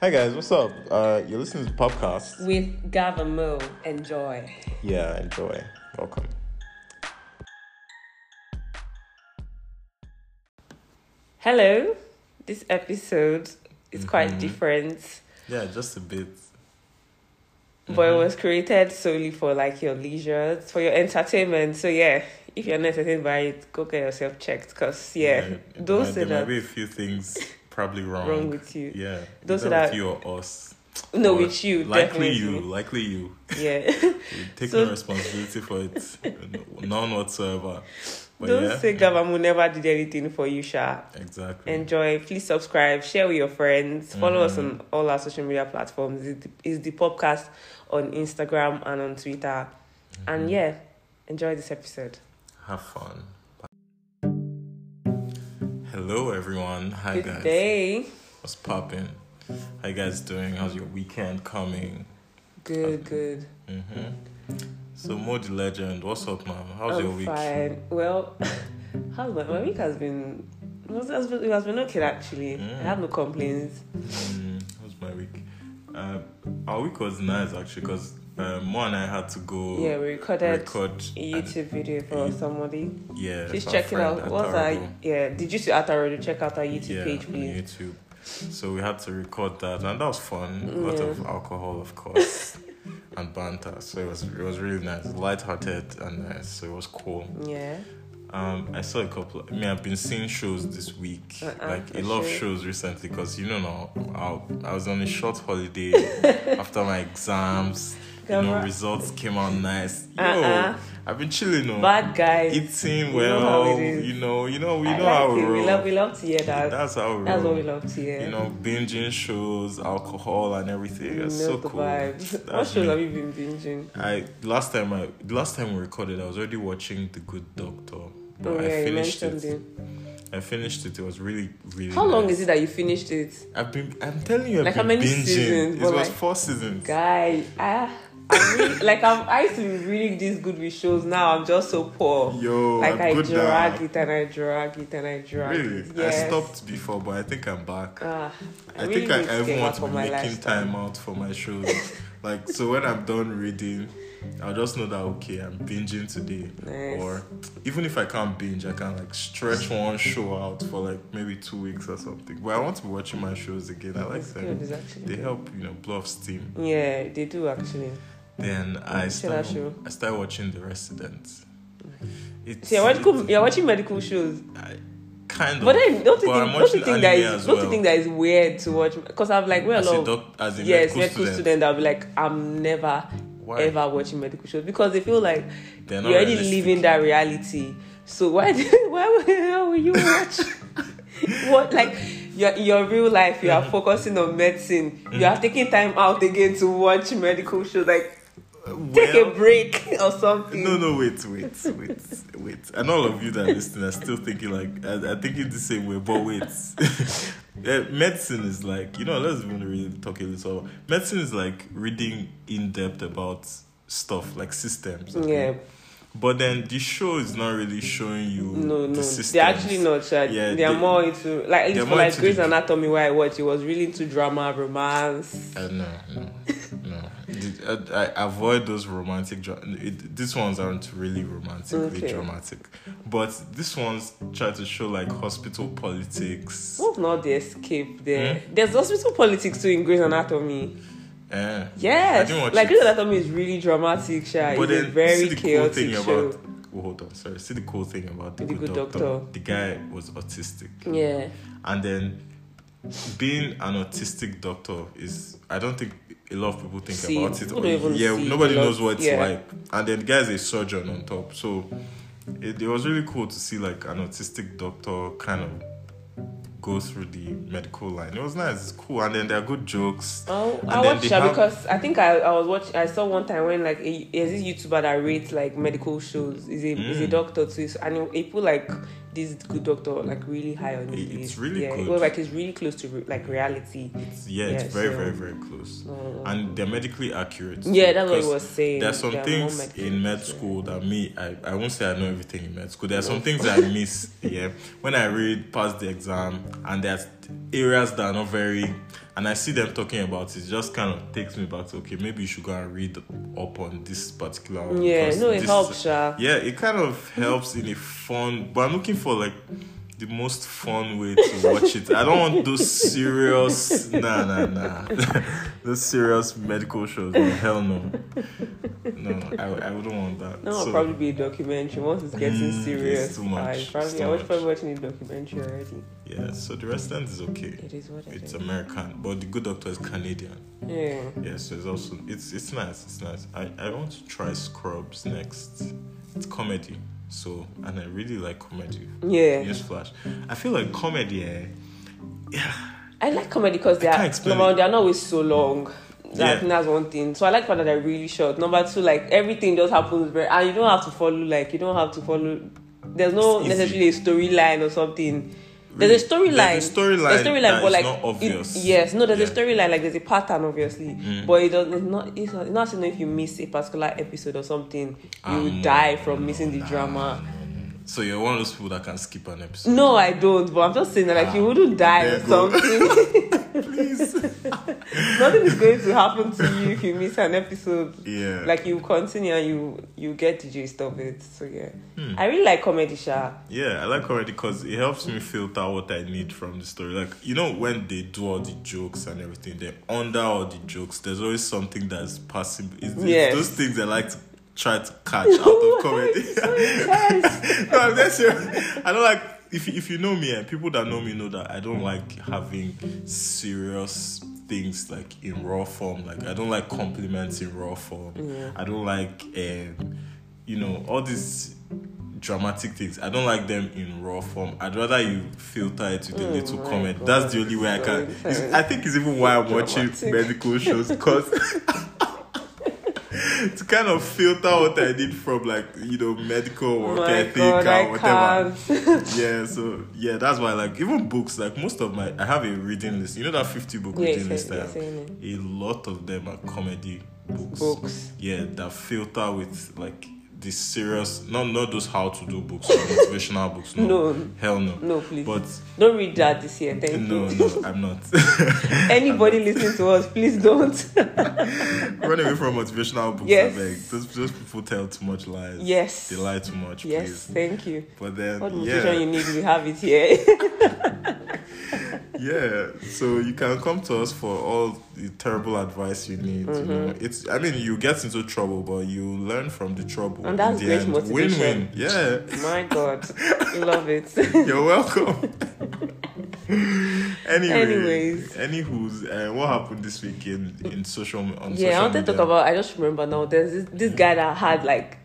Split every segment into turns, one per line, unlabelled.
Hey guys, what's up? Uh, you're listening to Popcast.
with Gava Moo. Enjoy.
Yeah, enjoy. Welcome.
Hello. This episode is
Mm-hmm.
quite different,
Yeah, just a bit.
but
Mm-hmm.
it was created solely for like your leisure, it's for your entertainment. So yeah, if you're not entertained by it, go get yourself checked. Cause yeah,
Yeah,
don't
might-
say
there
that
might be a few things probably wrong.
wrong with you.
Yeah,
Don't say
either
that-
with you or us.
No,
Or
with you
Likely you,
definitely.
likely you.
Yeah,
You Take
So-
no responsibility for it, none whatsoever. But
don't
yeah,
say Gava Moo never did anything for you, Sha.
exactly.
Enjoy. Please subscribe, share with your friends, follow us on
Mm-hmm.
all our social media platforms. It is the podcast on Instagram and on Twitter.
Mm-hmm.
And yeah, enjoy this episode.
Have fun. Hello, everyone. Hi,
Good
guys.
day.
What's popping? How you guys doing? How's your weekend coming?
Good, good.
Mm-hmm. So, Modi Legend, what's up, man? How's
I'm
your week?
fine. Well, how's my, my week has been it was- it has been, it has been okay actually. I
Mm.
have no complaints.
Mm, that was my week. Uh, our week was nice actually because uh, Mo and I had to go
yeah, we recorded
Oh, record.
a
and-
YouTube video for
you-
somebody.
yeah,
Please
for
check it
our
out.
friend
What's our
Ataru.
yeah? Did you see Atarodu? Check out our YouTube
yeah,
page,
on
please.
YouTube. So we had to record that, and that was fun. A lot
Yeah.
of alcohol, of course, and banter. So it was it was really nice, light-hearted and nice. So it was cool.
Yeah.
Um, I saw a couple. I mean, I've been seeing shows this week,
Uh-uh,
like
for
a lot of
sure.
shows recently, because you know now I, I was on a short holiday after my exams. You know,
Gabra-
results came out nice. Yo,
Uh-uh.
I've been chilling, no,
Bad guys.
eating
You know how
well.
it is.
You know, you know, you know,
I
how
like
we
it. We
roll.
love, we love to hear that. That's,
That's how we
what
roll.
we love to hear.
You know, binging shows, alcohol, and everything.
You
It's
know
so
the
cool.
vibe. What
That's
shows
me.
have you been binging?
I last time I the last time we recorded, I was already watching The Good Doctor, but
oh yeah,
I
you
finished
mentioned
it.
it.
I finished it. It was really, really.
How long
nice.
is it that you finished it,
I've been. I'm telling you, I've
Like, how
been
many
binging.
seasons?
It
But,
was
like-
four seasons.
guy? I, I really, like I'm, I used to be really this good with shows. Now I'm just so poor.
Yo, Oh,
like
I'm
I
good
drag
now.
it and I drag it and I drag
Really,
it. Yes.
I stopped before, but I think I'm back.
Ah,
I, think I, I even want to
for
be
my
making
lifestyle.
time out for my shows. like, so when I'm done reading, I'll just know that okay, I'm binging today.
Nice.
Or even if I can't binge, I can like stretch one show out for like maybe two weeks or something. But I want to be watching my shows again. I like
It's good,
them.
it's actually.
They help, you know, blow off steam.
Yeah, they do actually.
Then I
Should I
start,
show?
I started watching The Resident. It's,
So you're watching,
it's-
you're watching medical shows.
I- kind of.
But then don't you
But
think,
I'm
don't you
watching
think that
anime
is
as
don't you
well.
think that is weird to watch? Because I'm like, we're a
as
lot
a
of
doc, as a
yes medical,
medical student,
student. I'll be like, I'm never
Why?
ever watching medical shows because they feel like
They're
you're
not
already
realistic.
living that reality. So why did- why would- how will you watch? what like your your real life? You are focusing on medicine.
Mm-hmm.
You are taking time out again to watch medical shows. Like take
Uh, Well,
a break or something.
No, no, wait, wait, wait, wait. And all of you that are listening are still thinking like I, I think it the same way, but wait. Eh, medicine is like you know. Let's even really talk a little. Medicine is like reading in depth about stuff like systems.
Yeah,
But then the show is not really showing you
no,
the
no.
systems.
They're actually not sure.
Yeah,
they are
they-
more into like at
they're
least for
more
like
into
Grey's
the-
Anatomy where I watched, it was really into drama, romance.
Uh, no, no, no. The- I, I avoid those romantic. Dra- it, these ones aren't really romantic,
Okay.
really dramatic. But these ones try to show like hospital politics.
What's not the escape there?
Hmm?
There's hospital politics too in Grey's Anatomy.
Eh.
Yes,
didn't watch
like
it.
Grey's Anatomy is really dramatic. Sha.
But
it's
then see
a very
the cool
chaotic
thing
show.
about. Oh, hold on, sorry. See the cool thing about the, good, doctor. The guy was autistic,
yeah,
and then being an autistic doctor is. I don't think a lot of people think
See,
about it.
people don't even
yeah,
see
nobody
a lot.
knows what it's
Yeah.
like, and then the guy's a surgeon on top, so it, it was really cool to see like an autistic doctor kind of go through the medical line. It was nice, it's cool, and then there are good jokes.
oh,
And
I
then
watched
they
that
have-
because I think I, I was watch. I saw one time when like a, there's this YouTuber that rates like medical shows. Is a is a
Mm.
doctor too, so- and he he put like this good doctor like really high on his
It- it's
list.
really
yeah,
good.
It was like it's really close to re- like reality.
It's, yeah,
Yeah,
it's very,
so-
very, very close.
So-
and they're medically accurate.
yeah, that's what he
Because
was saying.
There are some
There more
things
medical
in med
shows.
school that me, I, I won't say I know everything in med school. There are some things that I miss, yeah. When I read, pass the exam, and there's areas that are not very and I see them talking about it, it just kind of takes me back to okay, maybe you should go and read up on this particular one
Yeah,
because
no, it
this-
helps, sha.
Yeah, it kind of helps in a fun but I'm looking for like the most fun way to watch it. I don't want those serious nah nah nah those serious medical shows. No, hell no. No, I, I wouldn't want that.
No,
So-
it'll probably be a documentary once it's getting
Mm, it's
serious.
too much,
I
it's
probably,
too
I was
much.
probably watching a documentary already.
Yeah, so the restaurant is okay.
It is what it
It's
is.
American, but the good doctor is Canadian.
yeah.
Yeah, so it's also it's it's nice. It's nice. I I want to try Scrubs next. It's comedy, so and I really like comedy.
Yeah.
Newsflash, I feel like comedy. Eh,
I like comedy because they
I can't
are
explain
number one,
it.
they are not always so long. That,
Yeah.
I think that's one thing. So I like the fact that they're really short. Number two, like everything just happens very, and you don't have to follow. Like you don't have to follow. There's no
It's easy.
necessarily a storyline or something.
Really,
There's a storyline.
there's a storyline
There's a
that
storyline,
is
but like
not obvious.
It, yes, no. There's a
Yeah. Mm.
storyline. Like there's a pattern, obviously. But it does. It's not. It's not, it's not saying if you miss a particular episode or something, you
Um,
will die from missing the drama.
Ah,
Mm.
so you're one of those people that can skip an episode.
No, I don't. But I'm just saying that like you
Ah,
wouldn't die
there
or
you go.
something.
Please.
Nothing is going to happen to you if you miss an episode.
Yeah.
Like you continue and you you get the gist of it. So yeah,
Hmm.
I really like comedy, Sha.
Yeah, I like comedy because it helps me filter what I need from the story. Like you know, when they do all the jokes and everything, they under all the jokes. There's always something that's possible. It's, it's
Yes.
those things I like to try to catch out of comedy. no, I'm just serious. I don't like if you- if you know me and people that know me know that I don't like having serious things like in raw form. Like I don't like compliments in raw form. I don't like um, you know all these dramatic things. I don't like them in raw form. I'd rather you filter it with a little
Oh my
comment.
God.
That's the only way I
So
can. it's-
intense.
I think it's even why I'm watching
Dramatic.
medical shows because to kind of filter what I need from like you know medical or
My
care
God,
ethic or
I
whatever.
can't.
Yeah, so yeah, that's why like even books like most of my I have a reading list. You know that fifty book
Yeah,
reading
you're
list I
saying-
have.
you're saying
A lot of them are comedy books.
Books.
Yeah, that filter with like the serious not not those how to do books or motivational books. No,
No.
hell no.
No, please
But
don't read that this year. Thank
no,
you.
no, I'm not.
Anybody listening to us, please don't.
Run away from motivational books.
Yes.
I beg. Those, those people tell too much lies.
yes.
They lie too much.
Yes,
Please.
thank you.
But then,
What
yeah,
nutrition you need, we have it here.
yeah. So you can come to us for all the terrible advice you need. You know,
Mm-hmm.
it's. I mean, you get into trouble, but you learn from the trouble.
And that's
in the
great
end.
motivation.
Win-win. Yeah.
My God, love it.
You're welcome. anyway,
Anyways.
anywho's uh, what happened this week in, in social on social
Yeah, I wanted to talk
media?
about. I just remember now. There's this, this guy that had like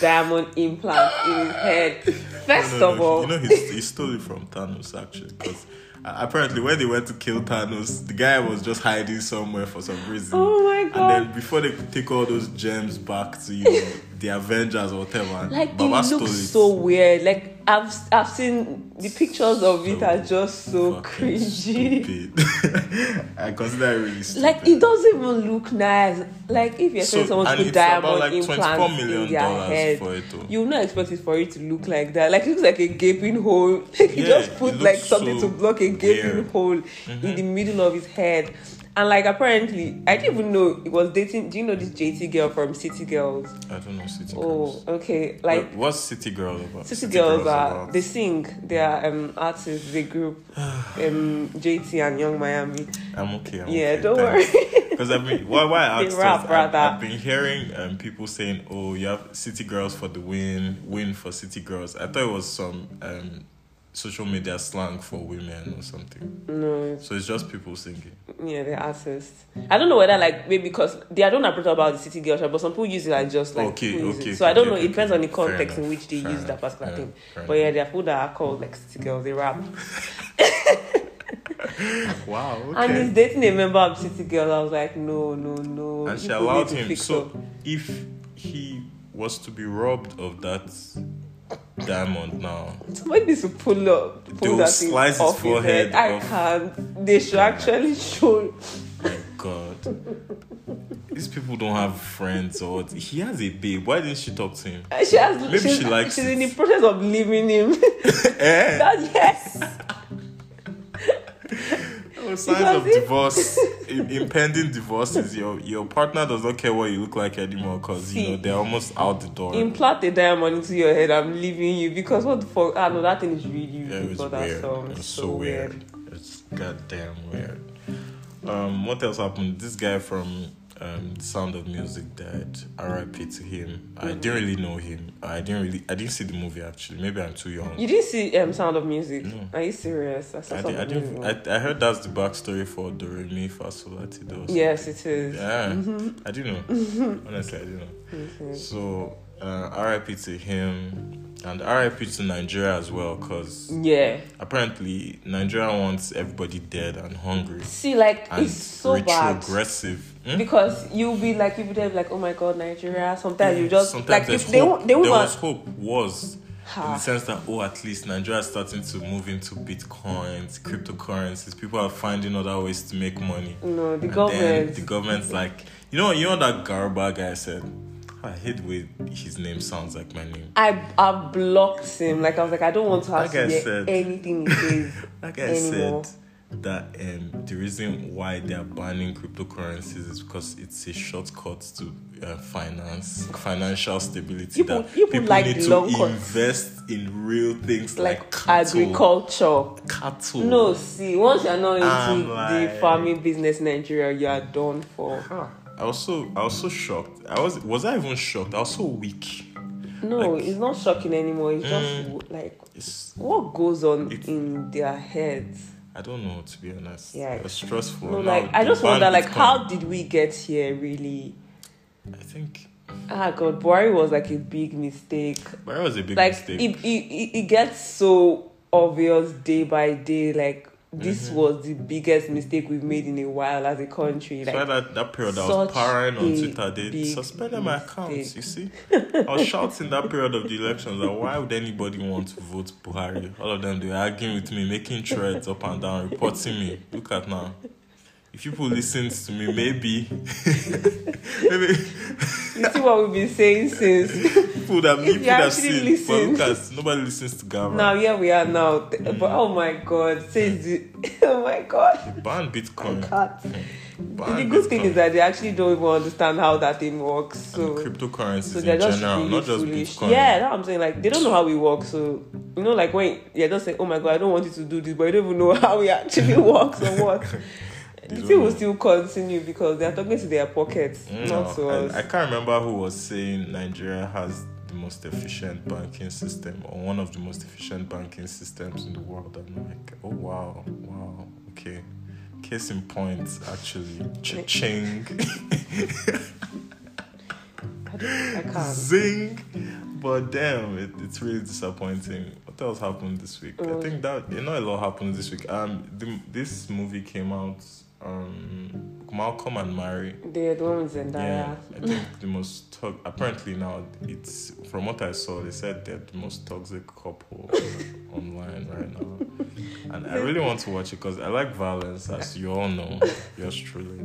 diamond implant in his head. First
No, no,
of
no,
all,
you know he, he stole it from Thanos actually because apparently when they went to kill Thanos, the guy was just hiding somewhere for some reason.
oh my
And
god!
then before they could take all those gems back to you, know, the Avengers or whatever,
like
Baba
it
stole it.
looks so weird. Like I've I've seen the pictures of it
So
are just so
Fucking
cringy.
stupid. I consider it really stupid.
Like it doesn't even look nice. Like if you're saying someone
and
put
it's
diamond
about like
implants in their
dollars
head,
for it. Though.
you would not expect it for it to look like that. Like it looks like a gaping hole. Like he
Yeah,
just
it
put
looks
like something
so
to block a gaping
weird. Mm-hmm.
hole in the middle of his head. And like apparently, I didn't even know it was dating. Do you know this JT girl from City Girls?
I don't know City
Oh,
Girls.
okay. Like
Wait, what's City Girl about?
City, Girls, are
about?
they sing. They are um artists. They group um JT and Young Miami.
I'm okay. I'm
yeah,
okay,
don't
thanks.
worry.
Because I've been why why I
They
asked
rap,
us,
brother.
I, have been hearing um, people saying, "Oh, you have City Girls for the win, win for City Girls." I thought it was some um, social media slang for women or something.
no,
So it's just people singing.
Yeah, they're artists. I don't know whether like maybe because they I don't approach about the city girl, but some people use it as just like
Okay,
people use
okay,
it. So I don't
okay,
know. It
okay,
depends on the
fair
context in
enough,
which they
fair
use that
enough,
particular
yeah,
thing.
fair
But yeah, there are people that are called like city girls. They rap,
Wow.
and he's dating a member of city girls. I was like, no, no, no.
and she
people need
allowed
to
him.
fix
So
up.
if he was to be robbed of that diamond now,
somebody needs to pull up, pull
They'll
that thing
slice his
off his
forehead
head. I
off.
can't. They should actually show.
my God, these people don't have friends or what. he has a babe. Why didn't she talk to him?
She has.
Maybe
she's,
she likes
She's
it.
in the process of leaving him.
Eh?
That- yes.
signs Oh, of
Because
divorce,
if-
im- impending divorce is your your partner does not care what you look like anymore because you
See,
know they're almost out the door.
Implant a diamond into your head. I'm leaving you because what the fuck? Ah no, that thing is really
yeah,
really
it was
bothersome.
weird. It was
It's
so, weird. It's goddamn weird. Um, what else happened? This guy from um, The Sound of Music died. R.I.P. to him. I didn't really know him. I didn't really. I didn't see the movie actually. Maybe I'm too young.
You didn't see um, Sound of Music?
No.
Are you serious? That's
I,
Sound
did, I
of
didn't.
Music.
I, I heard that's the backstory for Doremi Fasolati. though.
yes, it is.
Yeah,
Mm-hmm.
I didn't know. Honestly, I didn't know.
Mhm.
So, uh, RIP to him and RIP to Nigeria as well, because
Yeah.
apparently Nigeria wants everybody dead and hungry
See, like
and
it's so bad.
retrogressive. Hmm?
because you'll be like you'll be there like oh my god Nigeria sometimes you just
Sometimes
like
there's
if they
hope.
won't they
there was
won't
hope was in the
ha,
sense that oh at least Nigeria is starting to move into bitcoins, cryptocurrencies. People are finding other ways to make money.
no
And
the
then
government
the government's like, you know, you know what that Garba guy said. "Oh, I hate the way his name sounds like my name.
I I blocked him like I was like I don't want to have
Like I
to hear
said.
anything he says
That guy
anymore
said that um, the reason why they are banning cryptocurrencies is because it's a shortcut to uh, finance, financial stability.
People-
that
people like
need to
long cuts.
invest in real things like, Oh.
like,
cattle.
agriculture
Cattle.
no see once you're not
I'm
into the
like-
farming business in Nigeria you are done for
I was so I was so shocked. I was was I even shocked? I was so weak.
no
Like- Mm.
it's not shocking anymore it's just like
It's
what goes on
It's-
in their heads
I don't know to be honest.
Yeah.
It was stressful.
no
Now
like I
they
just
banned
wonder like how
Bitcoin.
did we get here really.
I think
Ah God, Buhari was like a big mistake.
that was a big
Like
mistake.
it, it, it, it gets so obvious day by day. Like this
Mm-hmm.
was the biggest mistake we've made in a while as a country.
so
Like
that, that period I
such
was parrying on
a
Twitter, they
big
suspended my accounts,
mistake.
you see? I was shouting that period of the elections that why would anybody want to vote Buhari? All of them, they were arguing with me, making threads up and down, reporting me. Look at now. If people listened to me, maybe, maybe
you see what we've been saying since.
people that
If you
people that
actually
seen, but
listen.
look at nobody listens to Gavra.
now here we are now. Th- But oh my God, since the, oh my God,
Ban Bitcoin.
God.
Ban
the good thing
Bitcoin.
is that they actually don't even understand how that thing works. So.
and cryptocurrencies
So they're
in
just
general,
really
not just
foolish.
Bitcoin.
Yeah, that's what I'm saying. Like they don't know how we work. So you know, like when you're just saying, "Oh my god, I don't want you to do this," but you don't even know how it actually works or what. the
don't
thing
know.
will still continue because they are talking to their pockets,
Mm,
not to
no,
us.
I, I can't remember who was saying Nigeria has the most efficient banking system or one of the most efficient banking systems in the world. I'm like, oh wow, wow, okay. Case in point, actually, cha-ching,
I, don't, I can't.
zing. But damn, it, it's really disappointing. What else happened this week? I
Oh.
think that you know a lot happened this week. Um, the, this movie came out. Um, Malcolm and Mary.
They're the ones in
Yeah,
Zendaya.
I think the most to- apparently now it's from what I saw they said they're the most toxic couple online right now, and I really want to watch it because I like violence as you all know. Yours truly,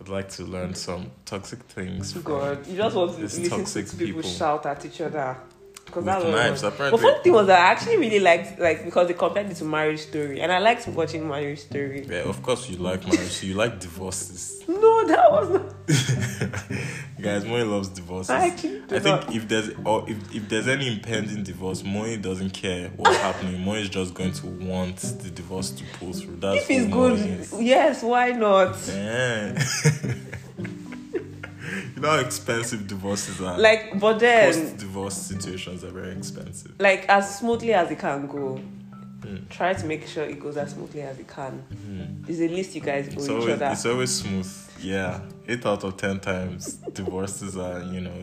I'd like to learn some toxic things. From
God, you just want to
These
listen
toxic
to people,
people.
shout at each other. Because
with
that's what
knives,
But
apparently.
funny thing was, that I actually really liked like because they compared it to Marriage Story, and I liked watching Marriage Story.
Yeah, of course you like marriage. so you like divorces,
No, that was not.
guys. Moy loves divorces.
I actually do
I
not.
think if there's or if, if there's any impending divorce, Moy doesn't care what's happening. Moy is just going to want the divorce to pull through. That's
if it's
who Moy
good,
is.
yes, why not?
Yeah. you know how expensive divorces are.
Like, um, but
post
then,
divorce situations are very expensive.
like as smoothly as it can go,
Mm.
try to make sure it goes as smoothly as it can.
Mhm.
It's the least you guys owe
It's
Mm-hmm. each
always
other.
it's always smooth. Yeah, eight out of ten times divorces are you know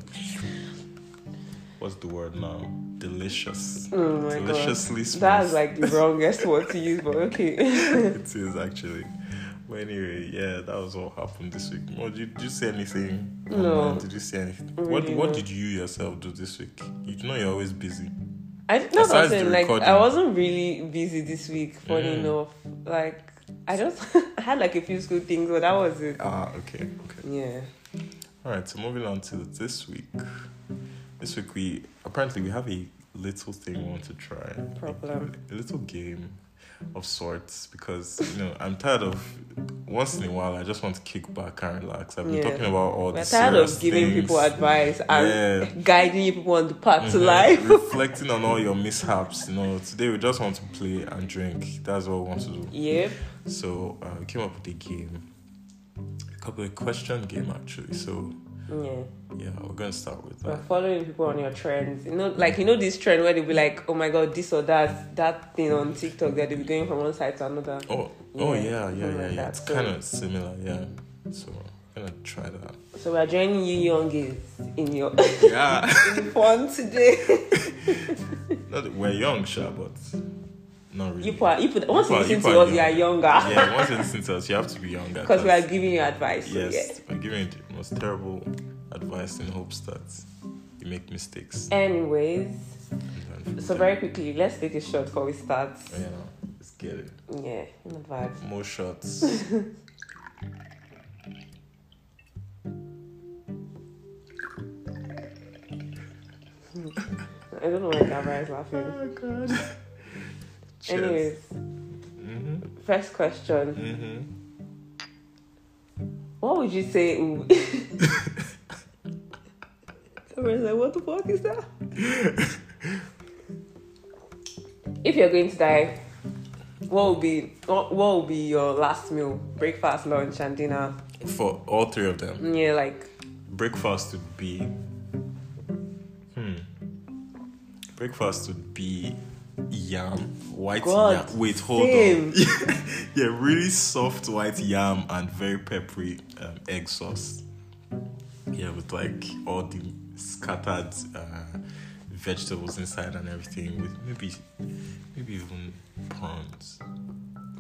what's the word now? Delicious.
Oh my god,
Deliciously smooth.
that's like the wrongest word to use, but okay.
it is actually. But anyway, yeah, that was what happened this week. Mo, did, did you see anything?
No.
online? Did you see anything? what
Really
What
no.
did you yourself do this week? You know you're always busy.
I did not
Besides the
saying like
recording.
I wasn't really busy this week.
Mm.
Funny enough, like I just I had like a few school things, but that was it.
Ah, okay, okay.
Yeah.
All right, so moving on to this week. This week we apparently we have a little thing we want to try.
Problem.
A, a little game. of sorts because you know I'm tired of. Once in a while, I just want to kick back and relax. I've been
Yeah.
talking about all
We're
the
tired of
Oh, serious
giving people
things.
advice and
Yeah.
guiding you people on the path to
Mhm.
life.
Reflecting on all your mishaps, you know, today we just want to play and drink. That's what we want to do.
Yeah.
So uh, we came up with a game, a couple of question game actually. So
Yeah.
yeah, we're gonna start with
We're
that.
following people on your trends. You know, like you know this trend where they'll be like, Oh my god, this or that that thing on TikTok that they'll be going from one side to another.
Oh, oh
Yeah,
yeah, yeah,
something
yeah,
like
yeah.
that.
It's
So-
kind of similar, yeah. So I'm gonna try that.
So we're joining you youngies in your
Yeah,
fun today.
Not- we're young, sure, but not really.
You put, you put, once
You
you
are-
listen
you
to
are
us, you are younger.
yeah, once you listen to us, you have to be younger.
Because we are giving you advice. So
yes, we're giving you the most terrible advice in hopes that you make mistakes.
yeah. Anyways,
And then-
so very quickly, let's take a shot before we start.
Yeah, let's get it.
Yeah, not bad.
More shots.
Oh I don't know why Gabra is laughing.
oh God.
Anyways,
Mm-hmm.
first question.
Mm-hmm.
What would you say? Gabra's like, what the fuck is that? if you're going to die, what would be what, what would be your last meal? Breakfast, lunch, and dinner.
For all three of them,
Yeah, like
breakfast would be. Hmm. Breakfast would be yam, white
God,
yam. Wait, hold
same.
on. yeah, really soft white yam and very peppery um, egg sauce. Yeah, with like all the scattered uh, vegetables inside and everything, with maybe, maybe even prawns.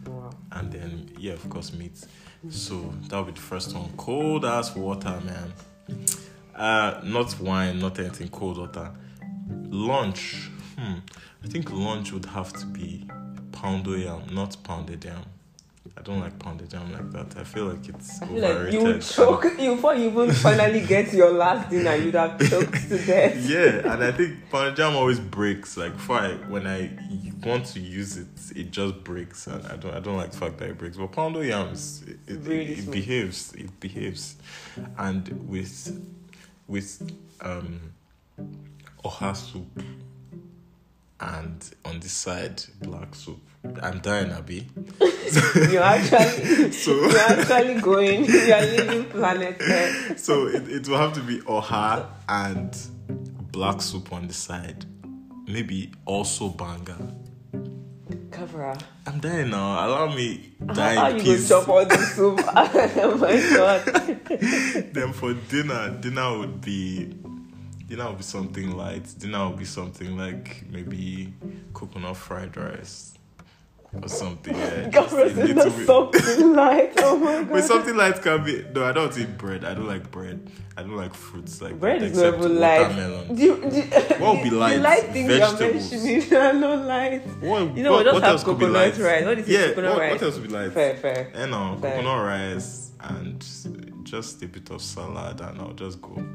Wow.
and then yeah, of course meat. So that'll be the first one. Cold ass water, man. Uh, not wine, not anything. Cold water. Lunch. Hmm. I think lunch would have to be poundo yam, not pounded yam. I don't like pounded yam like that. I feel like it's
I feel like
overrated.
you would choke you before you even finally get your last dinner. You'd have choked to death.
yeah, and I think pounded jam always breaks. Like, before I, when I want to use it, it just breaks, and I don't, I don't like the fact that it breaks. But poundo yams, it, it,
Really
it
smooth.
behaves, it behaves, and with, with, um, oha soup, and on this side black soup. I'm dying, Abby.
You're actually
So-
you're actually going. You're leaving planet Earth.
so it, it will have to be oha and black soup on the side. Maybe also banger.
Cover.
I'm dying now. Allow me die
How
in
you gonna
peace.
chop all this soup? oh my god.
then for dinner, dinner would be dinner would be something light. Dinner would be something like maybe coconut fried rice or something. Yeah, just
Cover
a
is not
little bit-
something light. Oh my god.
But something light can be. No, I don't eat bread. I don't like bread. I don't like fruits like
Bread
that,
is not
except
even light.
watermelon.
Do you, do you-
What would be
the
light?
light things
Vegetables.
you're mentioning are not light.
What,
You know, we
what,
just
what
have
else could be
coconut
light?
rice. What is it,
yeah,
coconut
what,
rice?
What else would be light?
Fair, fair.
You know,
Fair.
coconut rice and just a bit of salad, and I'll just go.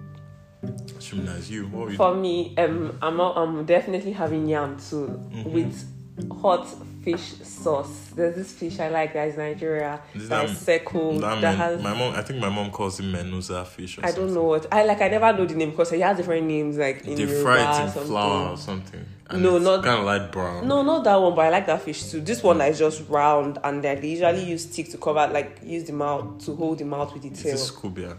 Shimna's you. What we
For me, um, I'm I'm definitely having yam too
Mm-hmm.
with hot fish sauce. There's this fish I like that is Nigeria.
This
That is
nam-
circle
that
that,
mean-
has.
my mom. I think my mom calls it menuza fish. Or
I
something.
don't know what I like. I never know the name because it has different names like in
They
Yoruba
fry it
or
in
something.
flour or something.
No, not-
kind of light brown.
No, not that one, but I like that fish too. This one that is just round and then they usually use stick to cover, like use the mouth to hold the mouth with the
Is
tail.
it scubia?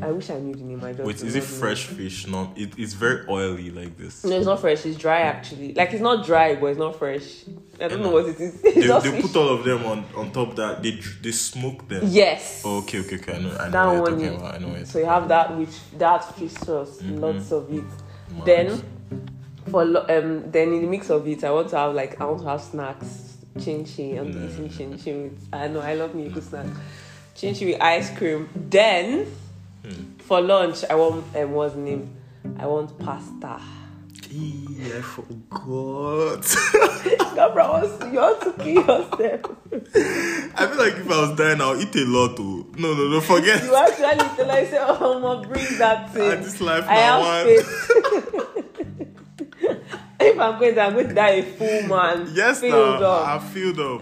I wish I knew the name. I just
Wait,
do
is
not
it
know.
fresh fish? No, it, it's very oily like this.
No, it's not fresh. It's dry actually. Like it's not dry, but it's not fresh. I don't know what it is. It's
They,
just
they
fish.
put all of them on, on top of that. They dr- they smoke them. Oh,
yes.
Okay, okay, okay. I know, I know what
That
you're
one
talking
you-
about. I know it.
So you have that with that fish sauce,
Mhm.
lots of it. Then for lo- um, then in the mix of it, I want to have like I want to have snacks, chin chin. I'm
Mm.
eating chin chin with. I know I love me a good snack. Chin chin with ice cream. Then
Hmm.
for lunch, I want um, what's the name? I want pasta.
Eee, I forgot.
Gabra, what's- you want to kill yourself.
I feel like if I was dying, I'll eat a lot. Oh. No, no, no, forget.
You actually tell I say, oh my, bring that
Ah,
thing.
this life,
I
now one.
have faith. if I'm going there, I'm going to die a full man.
Yes,
filled
now,
up.
I filled up.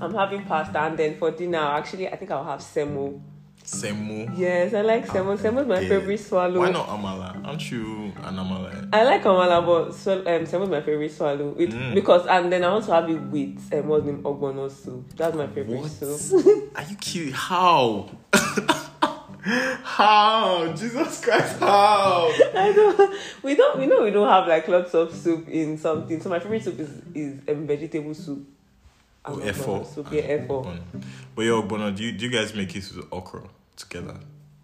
I'm having pasta and then for dinner, actually, I think I'll have semo.
Semu.
Yes, I like semo. Semo's my
Yeah.
favorite swallow.
oh. Ah, Why not Amala? Aren't you an Amala?
I like amala, but swell, um, semo's my favorite swallow. It,
Mm.
Because and then I want to have it with um, what's the name ogbono soup. That's my favorite
What?
soup.
Are you kidding? How? how? Jesus Christ, how?
I don't. We don't. We know we don't have like lots of soup in something. So my favorite soup is is um, vegetable soup.
Oh,
And
F4.
ogbono Soup, yeah, F4.
Bono. But yo, Bono, do you, do you guys make it with okra together?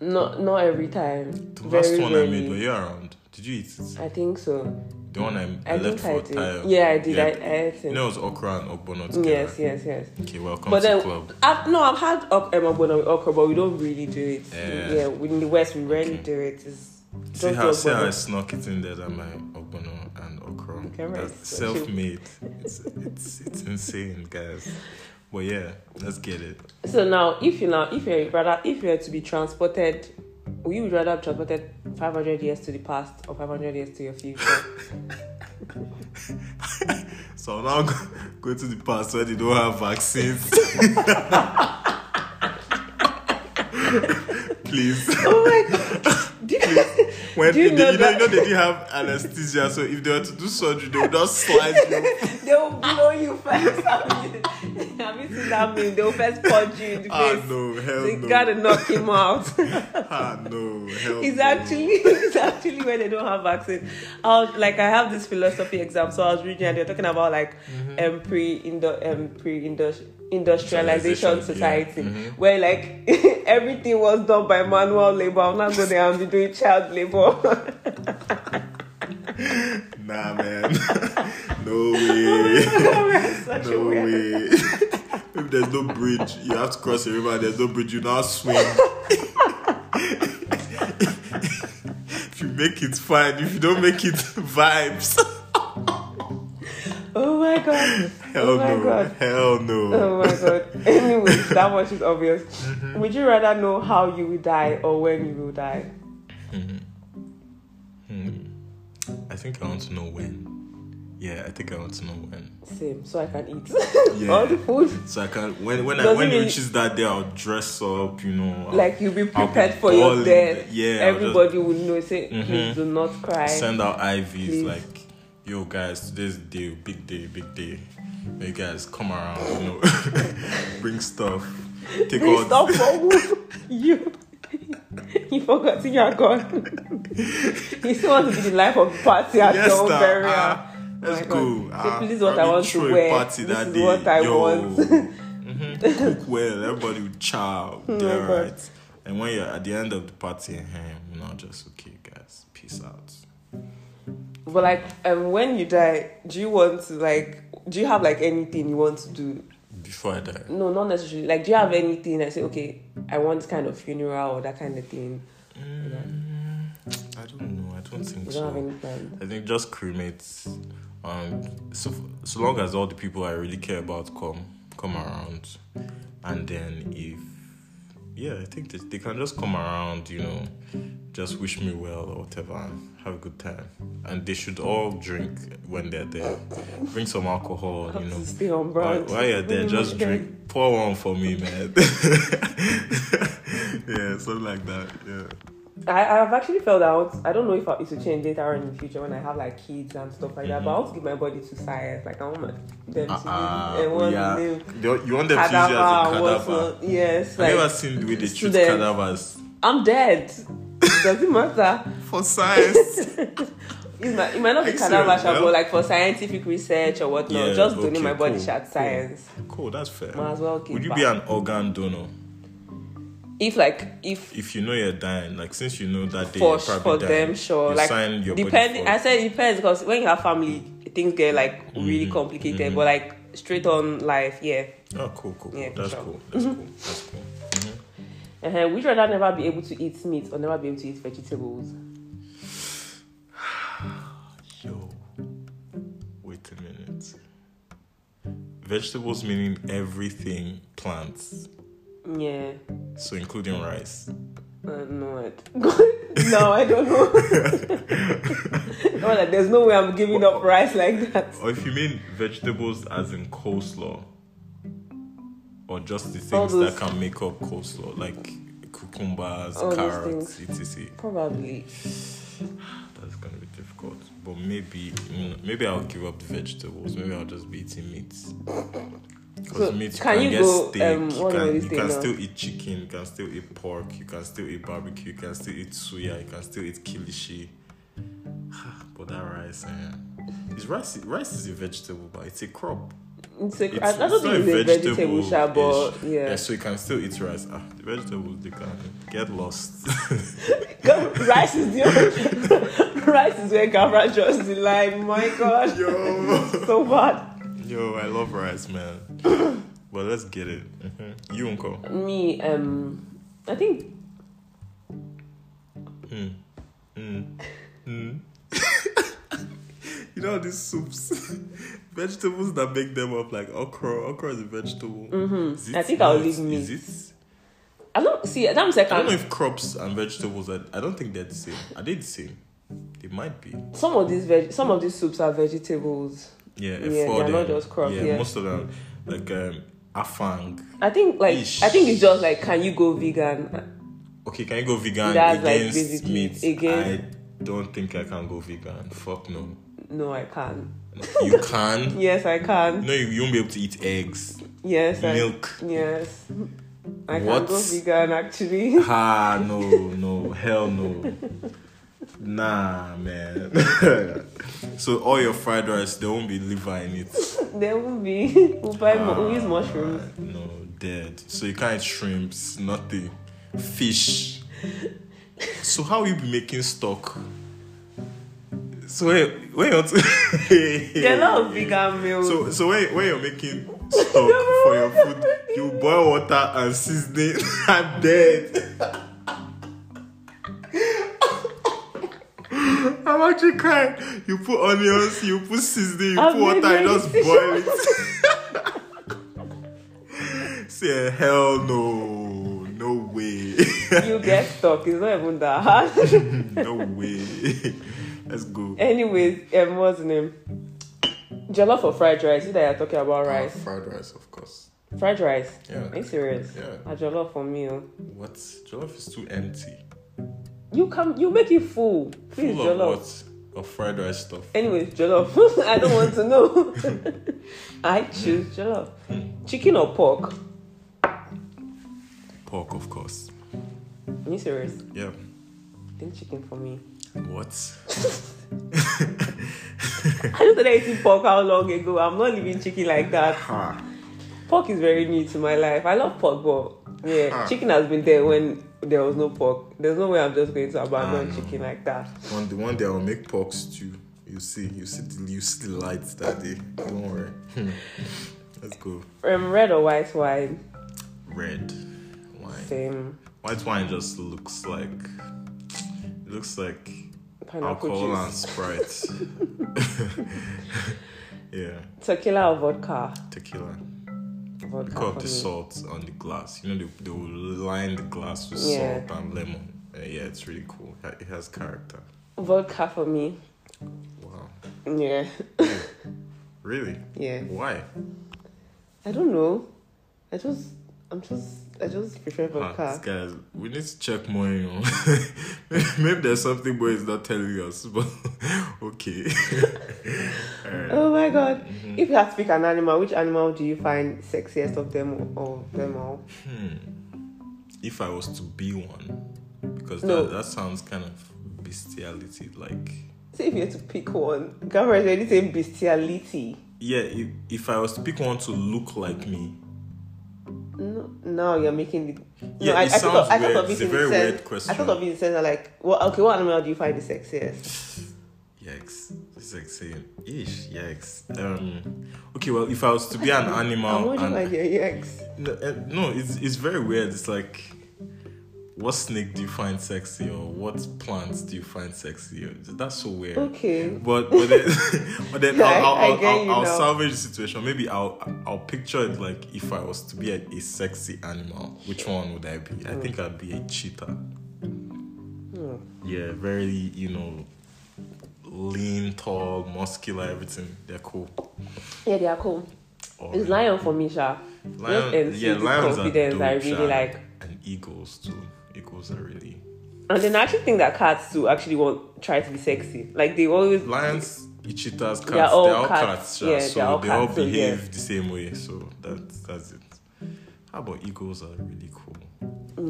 Not not every time.
The
Very
last one I made, were
rarely.
you around? Did you eat it?
I think so.
The one I, I,
I
left
think I
for
did.
tire.
Yeah, I did. I, I ate
You
it.
know, it was okra and ogbono together.
yes, yes, yes.
Okay, welcome
But
to
then,
club.
I've, no, I've had ok- um, ogbono with okra, but we don't really do it.
Yeah.
Yeah, we- in the West, we rarely
Okay.
do it. It's
See
just
how, see how I
ogbono.
snuck it in there that my ogbono and okra.
Okay, right.
That's self-made. It's, it's, it's insane, guys. But yeah, let's get it.
So now, if you now, if you're rather, if you're to be transported, you would rather be transported 500 years to the past or 500 years to your future.
So now go, go to the past where they don't have vaccines. Please.
oh my god! Do you-
When
Do you
they,
know
you, know, you
that-
know they didn't have anesthesia, so if they were to do surgery, they would just slice you.
They'll blow you first. Have you seen that meme? They'll first punch you in the
Ah
face.
no, hell
They
no.
gotta knock him out.
Ah no, hell
it's
no.
actually it's actually when they don't have vaccine. I was, like I have this philosophy exam, so I was reading and they're talking about like
Mm-hmm.
um, pre indo um, pre industri- industrialization
Industrialization,
society
yeah. Mhm.
where like everything was done by manual labor. I'm not going there and be doing child labor.
Nah man. no way.
Such a
No
weird.
way. if there's no bridge, you have to cross a river, there's no bridge, you now swim. if you make it fine, if you don't make it vibes.
Oh my god.
Hell
oh my
no.
god.
Hell no.
Oh my god. anyway, that much is obvious.
Mm-hmm.
Would you rather know how you will die or when you will die?
Hmm. I think I want to know when. Yeah, I think I want to know when.
Same, so I can eat
Yeah.
all the food.
So I can when when I
Does it
when it
really-
reaches that day, I'll dress up. You know, I'll
Like you'll be
Oh, I'll be
prepared for your
balling.
death.
Yeah, I'll just-
Everybody will know. Say,
Mhm.
please do not cry.
send out IVs
Please.
like, yo guys, today's day, big day, big day. You guys come around, you know, bring stuff, take
Please
all
stop for who? you. You forgot you are gone. you still want to be the life of the party at
Yes,
your own
now,
burial.
ah,
Oh my
Let's
God.
go.
Say,
Ah,
please, what I
probably
want to
throw a
wear.
party
This
that
is
day.
what I
Yo.
want.
Mhm. Cook well. Everybody will chow. They're
Oh God.
right. And when you're at the end of the party, eh, we're not just okay, guys. Peace out.
But like, um, when you die, do you want to like? Do you have like anything you want to do?
Before I die.
No, not necessarily. Like, do you have anything? I say, okay, I want this kind of funeral or that kind of thing.
Mm, I don't know. I don't think
You
so.
don't have anything.
I think just cremates. Um, so so long as all the people I really care about come come around, and then if yeah, I think they, they can just come around, you know, just wish me well or whatever, and have a good time. And they should all drink when they're there. Bring some alcohol,
Have
you know.
to stay on
Why,
brand.
why you're there?
Really
Just
much
drink.
drink.
Pour one for me, man. yeah, something like that. Yeah.
I I've actually felt out. I don't know if I, it will change later on in the future when I have like kids and stuff like
Mm-hmm.
that. But I want to give my body to science. Like I want my, them to
Ah,
live and want
yeah.
to live.
You you want them to use you as a
Cadaver, I want
cadaver.
to, yes.
Have you ever
Like
seen the way they treat
students.
cadavers?
I'm dead. Does it matter?
For science.
It might, it might not be
Excellent,
cadaver sha,
well.
but like for scientific research or whatnot,
Yeah,
just doing
okay,
my body
cool,
shat
cool.
science.
cool, that's fair.
Might as well give
Would you
back.
be an organ donor
if like if
if you know you're dying? Like since you know that day
for
you're
sh-
probably
for
dying,
them sure
you
like
sign your
depending I
body
said it depends because when you have family things get like
Mm-hmm.
really complicated but like straight on life yeah
for. Oh, cool, cool, cool.
Yeah, for
that's
sure. Mm-hmm.
cool. That's cool. That's cool.
uh-huh. would you rather never be able to eat meat or never be able to eat vegetables
Yo, wait a minute. Vegetables meaning everything plants,
yeah
so including rice.
Uh, no, I- no, I don't know. I'm like, there's no way I'm giving up rice like that.
Or if you mean vegetables as in coleslaw, or just the
All
things
those-
that can make up coleslaw, like cucumbers,
All those
carrots, etc.
Probably.
That's gonna be difficult. But maybe, mm, maybe I'll give up the vegetables. Maybe I'll just be eating meat. Because
So,
meat, you
can
can,
you
get
go,
steak,
um,
you
what were
can,
you
you
saying
can
now?
still eat chicken, you can still eat pork, you can still eat barbecue, you can still eat suya, you can still eat kilishi. but that rice, eh? Is rice, rice is a vegetable, but it's a crop.
It's a,
It's-
I, I don't
it's
think it's
not
a vegetable,
vegetable-ish.
sha, but yeah.
Yeah, so you can still eat rice. Ah, the vegetables, they can get lost.
God, rice is the only rice is where Gavra just the line. My God,
Yo!
so bad.
Yo, I love rice, man. but let's get it. Mm-hmm. You uncle.
Me, um, I think
Mm. Mm. Mm. you know these soups, vegetables that make them up like okra. Okra is a vegetable.
Mhm.
Is it?
I think I'll
No,
leave
it's-
meat.
Is it?
I don't see. That was like
I don't know
I'm,
if crops and vegetables are. I don't think they're the same. Are they the same? They might be.
some of these veg, some of these soups are vegetables.
Yeah,
Yeah, they're
for them.
not just crop, yeah.
most of them like um, afang.
I think like
Ish.
I think it's just like can you go vegan?
Okay, can you go vegan
That's, like,
against
basically
meat?
again-
I don't think I can go vegan. Fuck no.
No, I can.
You can.
Yes, I can.
No, you, you won't be able to eat eggs,
Yes, I,
milk.
Yes, I can
What?
go vegan actually.
Ah, no, no, hell no. Nah, man. so all your fried rice, there won't be liver in it.
there will be. We'll buy. mu- we'll use
Ah,
mushrooms.
No, dead. So you can't eat shrimps, nothing, fish. So how will you be making stock? So wait, wait,
There are a lot of
yeah,
vegan meals.
So, so when, when you're making stock for your food, you boil water and season it. I'm dead. I'm actually crying. You put onions, you put seasoning, you
I've
put water,
made
and
my
just boil it. Say hell no, no way,
you get stuck. It's not even that hard.
no way. Let's go.
Anyways, um, what's the name? Jollof or fried rice? You that you're talking about rice.
fried rice, of course.
Fried rice.
Yeah.
Are you serious?
Yeah.
A jollof for oh. meal.
What? Jollof is too empty.
You come. You make it full. Please
Full
jollof.
of what? Of fried rice stuff.
Anyways, jollof. I don't want to know. I choose jollof. Chicken or pork?
Pork, of course.
Are you serious?
Yeah.
Then chicken for me.
What?
I just started eating pork how long ago. I'm not living chicken like that.
Ha.
Pork is very new to my life. I love pork, but yeah,
Ah.
chicken has been there when there was no pork. There's no way I'm just going to abandon
Ah, no.
chicken like that.
One day, one day I'll make pork stew. You see, you see, the, you see the lights that day. Don't worry.
Hmm.
Let's go.
Um, red or white wine,
Red wine.
same.
White wine just looks like it looks like
Pineapple
alcohol and
juice,
Sprite. yeah,
tequila or vodka.
tequila.
Vodka
Because
for
of the
me.
salt on the glass. You know, they, they will line the glass with
Yeah.
salt and lemon. Uh, yeah, it's really cool. It it has character.
Vodka for me.
Wow.
Yeah,
Really?
yeah.
Why?
I don't know. I just, I'm just, I just prefer
Ah,
vodka.
guys, we need to check more. You know? Maybe there's something boy is not telling us, but okay.
Oh my god!
Mm-hmm.
If you had to pick an animal, which animal do you find sexiest of them all? Them all?
Hmm. If I was to be one, because
No.
that, that sounds kind of bestiality like.
See if you had to pick one. Gavra is already saying bestiality.
Yeah, if, if I was to pick one to look like me,
No, now you're making the. No,
Yeah,
I,
it
I thought of,
sounds
I thought
weird.
of it
It's a
in
very
the sense.
weird
I thought of it in the sense that like, well, okay, what animal do you find the sexiest?
Yikes. It's like saying, ish, yikes. Um, okay, well, if I was to be an
I'm
animal.
wondering
and-
why they're yaks.
no, uh, no, it's, it's very weird. It's like, what snake do you find sexy or what plants do you find sexy? That's so weird.
Okay.
But, but then, but then
Yeah, I-
I'll,
I
I'll,
get
I'll,
you
I'll,
now.
salvage the situation. Maybe I'll I'll picture it like
Hmm.
if I was to be a, a sexy animal, which one would I be? I think I'd be a cheetah.
Sure.
Yeah, very, you know, lean, tall, muscular, everything. They're cool.
Yeah, they are cool.
Or-
It's lion for me, Sha.
Lion-
Just MC
yeah,
this
lions are
confidence
dope,
I really
sha.
like.
And eagles too. Eagles are really
And then I actually think that cats too actually want try to be sexy. Like they always
lions, cheetahs, cats.
They're all
they're all
cats.
cats, sha,
Yeah,
so
they're all
they all
cats, so yeah.
behave the same way. So that's that's it. How about eagles are really cool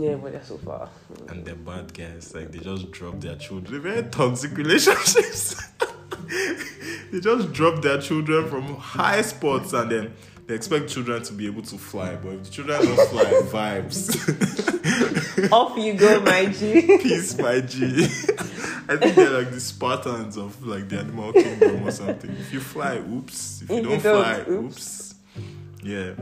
Yeah, but they're so far.
and they're bad guys. Like they just drop their children. They're very toxic relationships. they just drop their children from high spots and then they expect children to be able to fly. But if the children don't fly, vibes.
Off you go, my G.
Peace, my G. I think they're like the Spartans of like the animal kingdom or something. If you fly, oops. If you
If
don't
you don't,
fly, oops.
oops.
Yeah.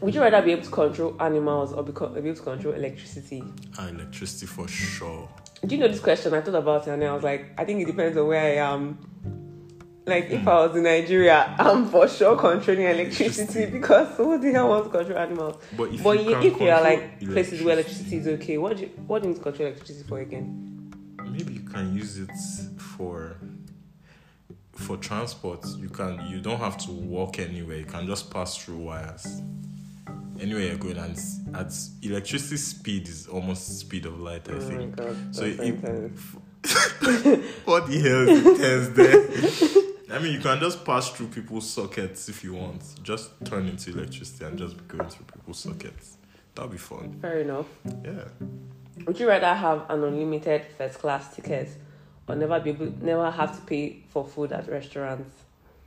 Would you rather be able to control animals or be, co- be able to control electricity?
Ah, electricity for sure.
Do you know this question? I thought about it and I was like, I think it depends on where I am. Like if I was in Nigeria, I'm for sure controlling electricity
Electricity.
because who the hell wants to control animals?
But if
but
you
you,
can
if you are
control
like places where
electricity-
electricity is okay, what do you, what do you need to control electricity for again?
maybe you can use it for for transport. You can you don't have to walk anywhere. You can just pass through wires. Anywhere you're going and s- at electricity speed is almost speed of light, I
oh my
think.
god,
So it-
that's intense.
What the hell is the test there? I mean, you can just pass through people's sockets if you want. Just turn into electricity and just be going through people's sockets. That'll be fun.
fair enough.
Yeah.
Would you rather have an unlimited first class ticket or never be able, never have to pay for food at restaurants?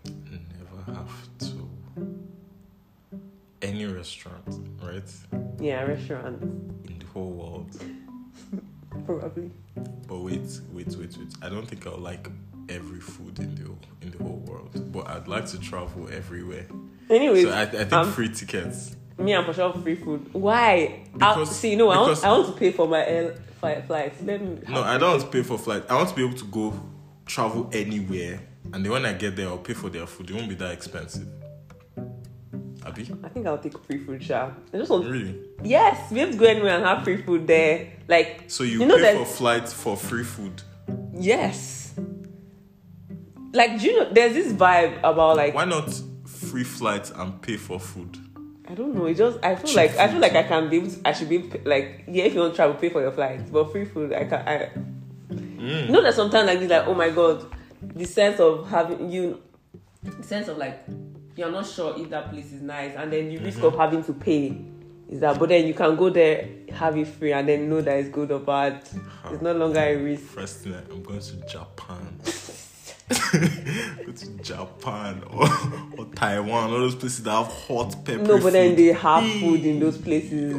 Never have to. Any restaurant, right?
Yeah, restaurants
In the whole world.
probably.
But wait, wait, wait, wait. I don't think I'll like every food in the in the whole world. But I'd like to travel everywhere.
Anyways,
so I, I think
um,
free tickets.
me I'm for sure free food. Why? I,
Because-
see, no, I
because-
want, I want to pay for my air flight flights. Let me.
No, I don't want to pay for flight. I want to be able to go travel anywhere, and then when I get there, I'll pay for their food. It won't be that expensive. Abi,
I think I'll take free food, Sha. I just want.
really?
Yes, we have to go anywhere and have free food there. Like,
So you,
You know
pay
that-
for flights for free food?
yes. Like, do you know? There's this vibe about like
Why not free flights and pay for food?
I don't know. It just I feel
Cheap
like I
food.
feel like I can be able. To, I should be like yeah. If you want to travel, pay for your flights, but free food I can. I you know that sometimes like this, like oh my god, the sense of having you, the sense of like you're not sure if that place is nice, and then you risk of having to pay. Is that but then you can go there, have it free, and then know that it's good or bad. It's no longer a risk.
First thing, I'm going to Japan. Go to Japan or, or Taiwan, all those places that have hot pepper.
No, but then they have food in those places.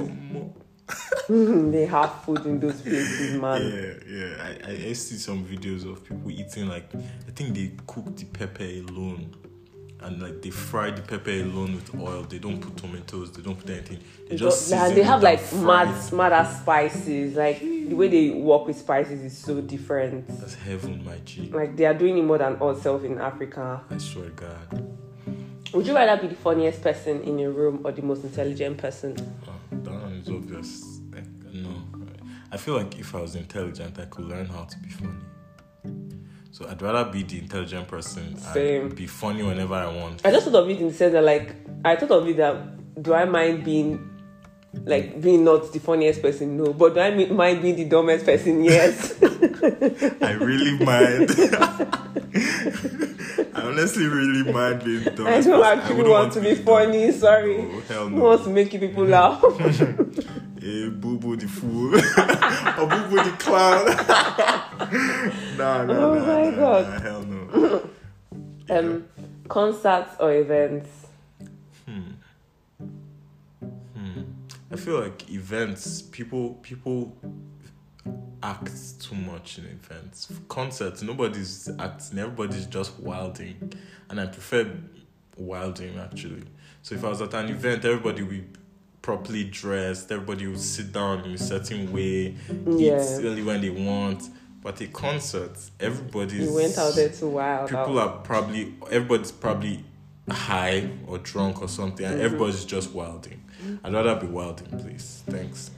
in.
they have food in those places, man.
Yeah, yeah. I, I, I see some videos of people eating like I think they cook the pepper alone, and like they fry the pepper alone with oil. They don't put tomatoes. They don't put anything. They just
Like,
season
they
it
have
and
like
fry
mad
it.
mad ass spices. Like the way they work with spices is so different.
That's heaven, my G.
Like they are doing it more than ourselves in Africa.
I swear, to God.
Would you rather be the funniest person in your room or the most intelligent person?
Oh, that one is obvious. Like, no, I feel like if I was intelligent, I could learn how to be funny. So I'd rather be the intelligent person
Same.
and be funny whenever I want.
I just thought of it in the sense that like I thought of it that do I mind being like being not the funniest person? No, but do I mi- mind being the dumbest person? Yes.
I really mind. I honestly really mind being dumb.
I don't actually want, to be funny. Sorry.
Oh, hell
Who
no.
wants to make you people laugh?
Eh, boo boo the fool. or boo boo the clown. nah, nah,
Oh
nah,
my
nah,
God.
nah, hell no.
um, concerts or events?
Hmm. I feel like events, people, people act too much in events. Concerts, nobody's acting, everybody's just wilding. And I prefer wilding actually. So if I was at an event, everybody will be properly dressed, everybody will sit down in a certain way,
Yeah.
eat only when they want. But a concert, everybody's
You went out there to wild
people
out.
are probably everybody's probably high or drunk or something and everybody's just wilding i'd rather be wilding please thanks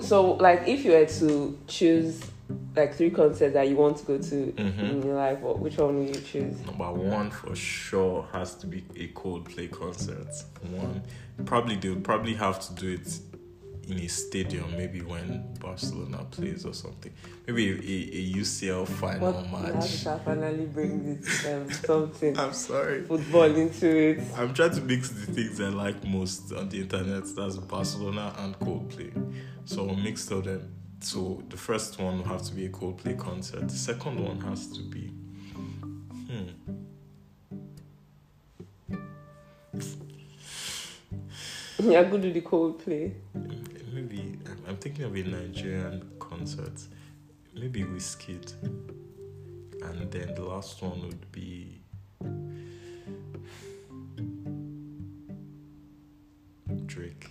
So, like, if you were to choose like three concerts that you want to go to
Mm-hmm.
in your life, what, which one will you choose?
Number one for sure has to be a Coldplay concert. One, probably they'll probably have to do it in a stadium, maybe when Barcelona plays or something, maybe a, a, a UCL final
What
match.
Natasha finally brings it um, something
I'm sorry.
football into it.
I'm trying to mix the things I like most on the internet. That's Barcelona and Coldplay. So I mixed all them. So the first one will have to be a Coldplay concert. The second one has to be. Hmm.
Yeah, go do the Coldplay.
Maybe I'm- I'm thinking of a Nigerian concert. Maybe Wizkid. And then the last one would be. Drake.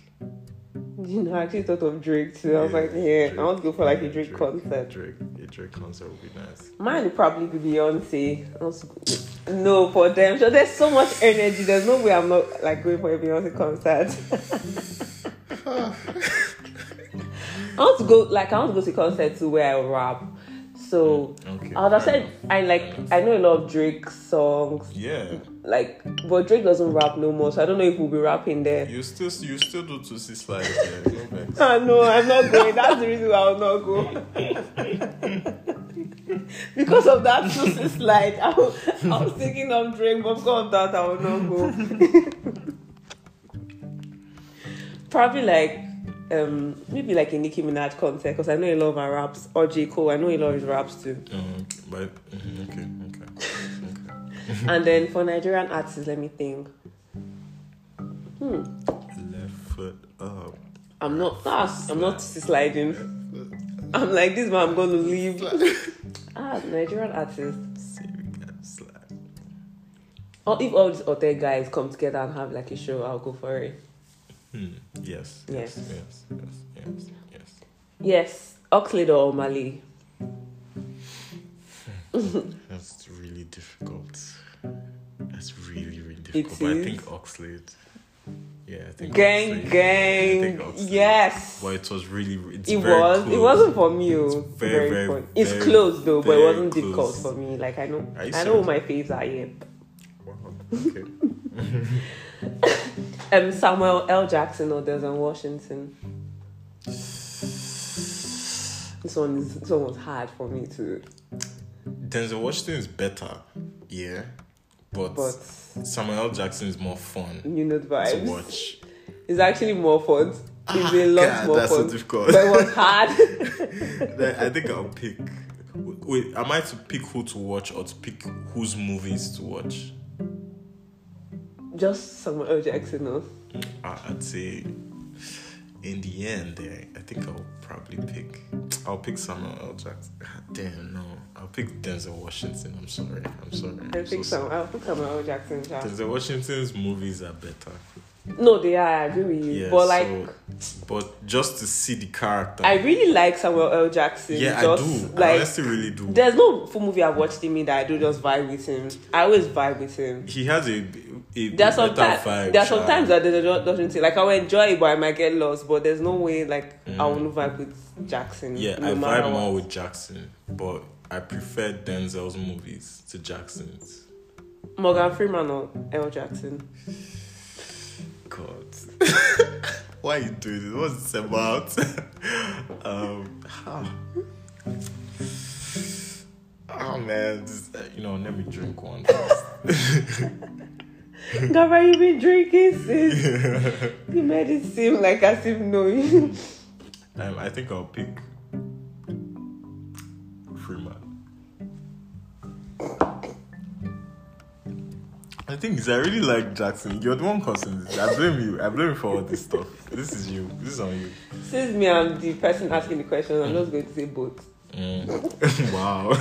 You know, I actually thought of Drake too. I was
Yeah,
like, yeah,
Drake.
I want to go for like
Yeah,
a Drake, concert.
Drake, a Drake concert would be nice.
Mine would probably be Beyonce. I want to go- No, for them. So there's so much energy. There's no way I'm not like going for a Beyonce concert. I want to go like I want to go to concert too where I rap. So
Okay.
I would have
fair
said
enough.
I like I know a lot of Drake songs.
Yeah,
Like but Drake doesn't rap no more, so I don't know if we'll be rapping there.
you still you still do two C slides. Yeah, no vex.
Ah, no, I'm not going. That's the reason why I'll not go. because of that Susie slide, I was, I was thinking of drink, but because of that, I will not go. Probably like, um, maybe like a Nicki Minaj concert, because I know a lot of my raps, or J. Cole, I know a lot of his raps too.
Um, but mhm, okay, okay.
and then for Nigerian artists, let me think. Hmm.
Left foot up.
I'm not fast. I'm not sliding. I'm like this man. I'm gonna leave. ah, Nigerian artist.
Serious slide.
Or if all these other guys come together and have like a show, I'll go for it.
Hmm. Yes. Yes. Yes. Yes. Yes. Yes.
Yes, Oxlade or O'Malley.
That's really difficult. That's really really
It
difficult. But I
is.
think Oxlade. Yeah, I think
Gang,
Oxlade. I
gang.
think Oxlade.
Yes.
Well, it was really. It's
it
very
was. It
close.
wasn't for me. oh.
It's very, very,
fun. It's
very,
close though, but it
very
wasn't
close.
difficult for me. Like I know,
Are you
I know
serious?
my faves are yet.
Wow. Okay.
Um, Samuel L. Jackson or Denzel Washington. This one is this one was hard for me to,
Denzel Washington is better, yeah, but,
but
Samuel L. Jackson is more fun
you know the
to
vibes.
watch.
It's actually more fun. It's a lot
Ah, God,
more
that's so
fun.
difficult.
but it was hard.
I I think I'll pick. Wait, am I to pick who to watch or to pick whose movies to watch?
Just Samuel L. Jackson. No?
I, Ah, I'd say, in the end, eh, I think I'll probably pick. I'll pick Samuel L. Jackson. God damn no, I'll pick Denzel Washington. I'm sorry. I'm sorry.
I
I'm so
think so.
sorry.
I think Samuel L. Jackson. sha.
Denzel Washington's movies are better.
No, they are. I agree with you.
Yeah,
but like,
so- but just to see the character.
I really like Samuel L. Jackson.
yeah,
just,
I do. I
Like,
honestly really do.
there's no full movie I've watched in me that I do just vibe with him. I always vibe with him.
he has a, a
There's
better
sometimes
vibe.
there's
sha.
sometimes that there's a doesn't say like I will enjoy it, but I might get lost. But there's no way like I won't vibe with Jackson.
Mm. Yeah,
no
I
matter
vibe
what.
more with Jackson, but I prefer Denzel's movies to Jackson's.
Morgan Freeman or L. Jackson.
God, why are you doing this? What's this about? um, ah. oh man, this, you know, let me drink one first.
Gabba, you been drinking since you made it seem like as if no you
Um, I think I'll pick Freeman. I think is I really like Jackson. You're the one causing this. I blame you. I blame you for all this stuff. This is you. This is on you.
Since me, I'm the person asking the question. I'm just going to say both.
Mm. wow.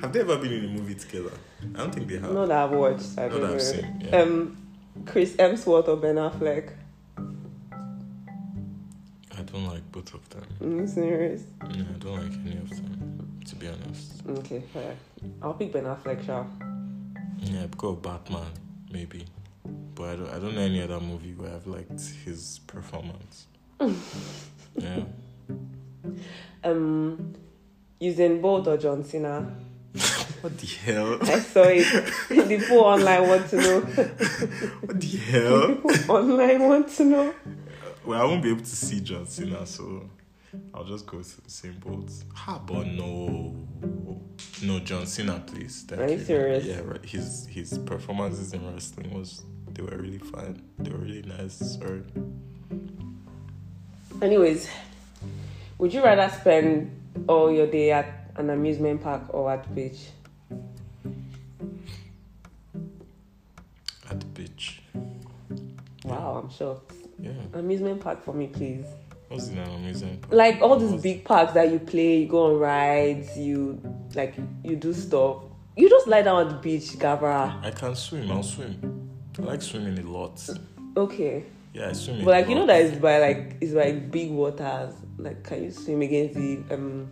have they ever been in a movie together? I don't think they have.
Not that I've watched. I
Uh, Not
don't
that I've
know.
seen, yeah.
Um, Chris Hemsworth or Ben Affleck.
I don't like both of them.
Mm, serious.
No, I don't like any of them. To be honest.
Okay, fair. I'll pick Ben Affleck, sure.
Yeah, go Batman, maybe. But I don't, I don't know any other movie where I've liked his performance. yeah.
um, using Bolt or John Cena.
What the hell?
I saw it. people online want to know.
What the hell?
People online want to know.
Well, I won't be able to see John Cena, so I'll just go to the same boat. Ah, but no, no John Cena, please. Thank
Are you serious?
Yeah, right. His his performances in wrestling was they were really fun. They were really nice. Sorry.
Anyways, would you rather spend all your day at an amusement park or at beach?
At the beach.
Wow, I'm shocked.
Yeah.
Amusement park for me, please.
Was in an amazing. park.
Like all these
Was-
big parks that you play, you go on rides, you like you do stuff. You just lie down at the beach, Gavra.
I can swim. I'll swim. I like swimming a lot.
Okay,
Yeah, I swim. a
but like you
lot.
know that it's by like it's by big waters. Like, can you swim against the um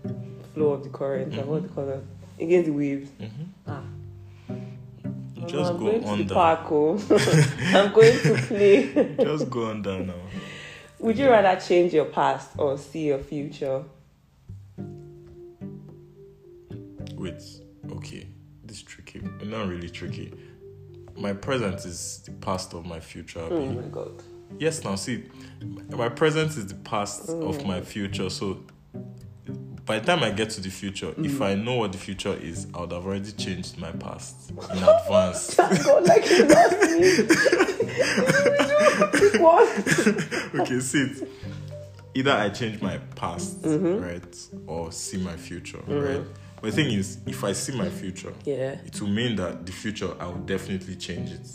flow of the current? Like, what do you call it? Against the waves.
Mhm.
Ah.
You
Mama,
Just
I'm
go
going to the
under.
park. Oh. I'm going to play.
Just go under now.
Would you rather change your past or see your future?
Wait, okay. This is tricky. Not really tricky. My present is the past of my future.
Oh my god.
Yes, now see, my present is the past
Hmm.
of my future. So by the time I get to the future,
Hmm.
if I know what the future is, I would have already changed my past in advance.
God, like you lost me. what?
okay, see, it. either I change my past, right, or see my future,
Mm-hmm.
right. But the thing is, if I see my future,
Yeah.
it will mean that the future I will definitely change it.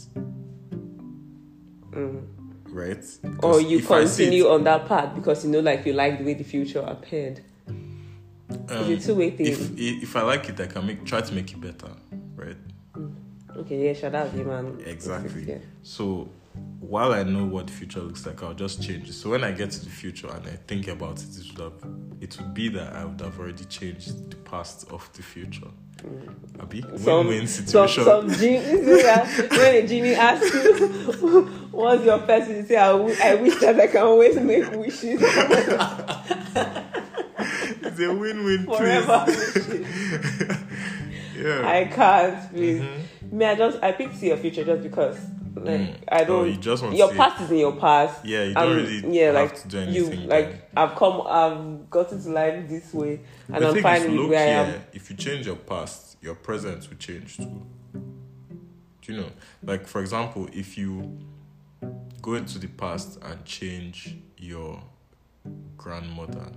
Right?
Mm-hmm. Or
'Cause
you
if I see
continue
it-
on that path because you know, like you like the way the future appeared.
um,
it's a two-way thing.
If, i- if I like it, I can make try to make it better. Right?
Okay, yeah, shout out, you man.
Exactly.
Yeah.
So while I know what the future looks like, I'll just change it. So when I get to the future and I think about it, it would have, it would be that I would have already changed the past of the future. Abi, win-win
Mm. some,
situation.
some genie, when a genie asks you, what's your person? You say, I, w- I wish that I can always make wishes
It's a win-win. please.
forever. wishes.
Yeah.
I can't, please. Me, I just I picked see your future just because like
Mm-hmm. Mm.
I
Oh,
don't.
you just want to
your
see it.
past is in your past.
Yeah, you don't
I'm-
really
yeah,
have
like
to do
you
anything.
like
there.
I've come, I've gotten to life this way, and
The
I'm
thing is,
fine with
look
where I am.
here, If you change your past, your present will change too. Do you know? Like for example, if you go into the past and change your grandmother,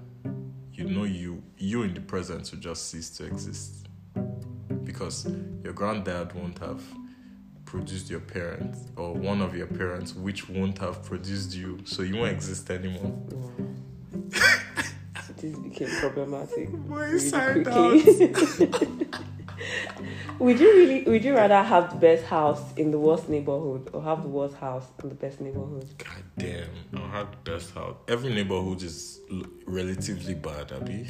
you know you you in the present will just cease to exist. Because your granddad won't have produced your parents or one of your parents which won't have produced you, so you won't exist anymore.
This became problematic.
Boy,
Really
signed
quickly. would you really? Would you rather have the best house in the worst neighborhood, or have the worst house in the best neighborhood?
God damn, I had the best house. Every neighborhood is l- relatively bad, Abby.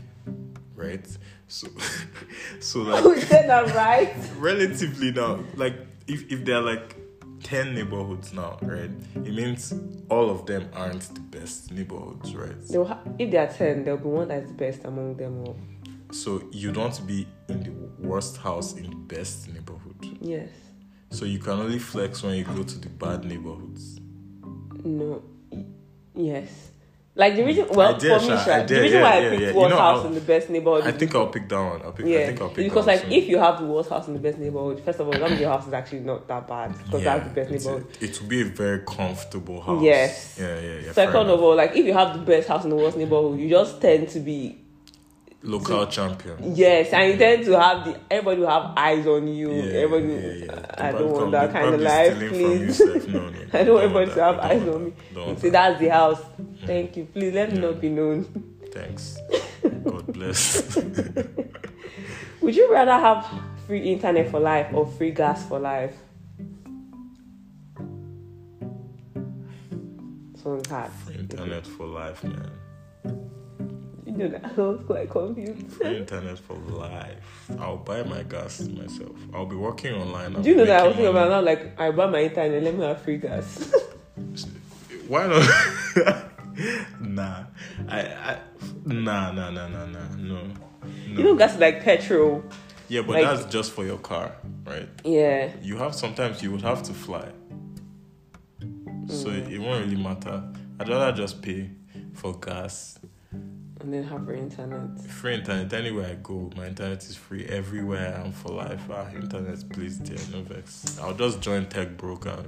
Right? So, so
Who
like,
said that right?
relatively now, like, if, if there are like 10 neighborhoods now, right? It means all of them aren't the best neighborhoods, right?
They'll ha- if they are ten, there'll be one that's best among them all.
So, you don't be in the worst house in the best neighborhood.
Yes.
So, you can only flex when you go to the bad neighborhoods.
No. Y- Yes. Like the reason, well,
Idea,
for me,
Sha,
Sha, the
idea,
reason
yeah,
why
yeah,
I picked
yeah. You
worst
know,
house
I'll-
in the best neighborhood.
I
is-
think I'll pick that one. I'll pick,
yeah,
I think I'll pick
because
that
like
one soon.
if you have the worst house in the best neighborhood, first of all, that means your house is actually not that bad because that's the best
it's a-
neighborhood.
It will be a very comfortable house.
Yes.
Yeah, yeah, yeah. fair
Second
enough.
of all, like if you have the best house in the worst neighborhood, you just tend to be
local champion.
yes, and you tend to have the everybody will have eyes on you.
Yeah,
everybody,
yeah, yeah. They
I
probably
don't
come-
want that
they
kind of
probably
life,
stealing from
please.
you, Steph. No, no, no,
I
don't want
don't want everybody to
that.
have
Don't
eyes
want
on me.
that. Don't want
See,
that.
that's the house.
Mm.
Thank you. Please let me not be known.
Thanks. God bless.
Would you rather have free internet for life or free gas for life? This one's hard.
Free internet for life, man.
You know that I was quite confused.
Free internet for life. I'll buy my gas myself. I'll be working online. I'll
Do you know
be
that I was
making
thinking about
money.
now? Like, I buy my internet, let me have free gas.
Why not? nah. I, I Nah, nah, nah, nah, nah, no. no.
You know, that's like petrol.
yeah, but
like-
that's just for your car, right?
Yeah.
You have sometimes you would have to fly, so
Mm.
it, it won't really matter. I'd rather just pay for gas,
And then have her internet.
free internet anywhere I go. My internet is free everywhere. I'm for life. Ah, internet, please, dear, no vex. I'll just join tech broker.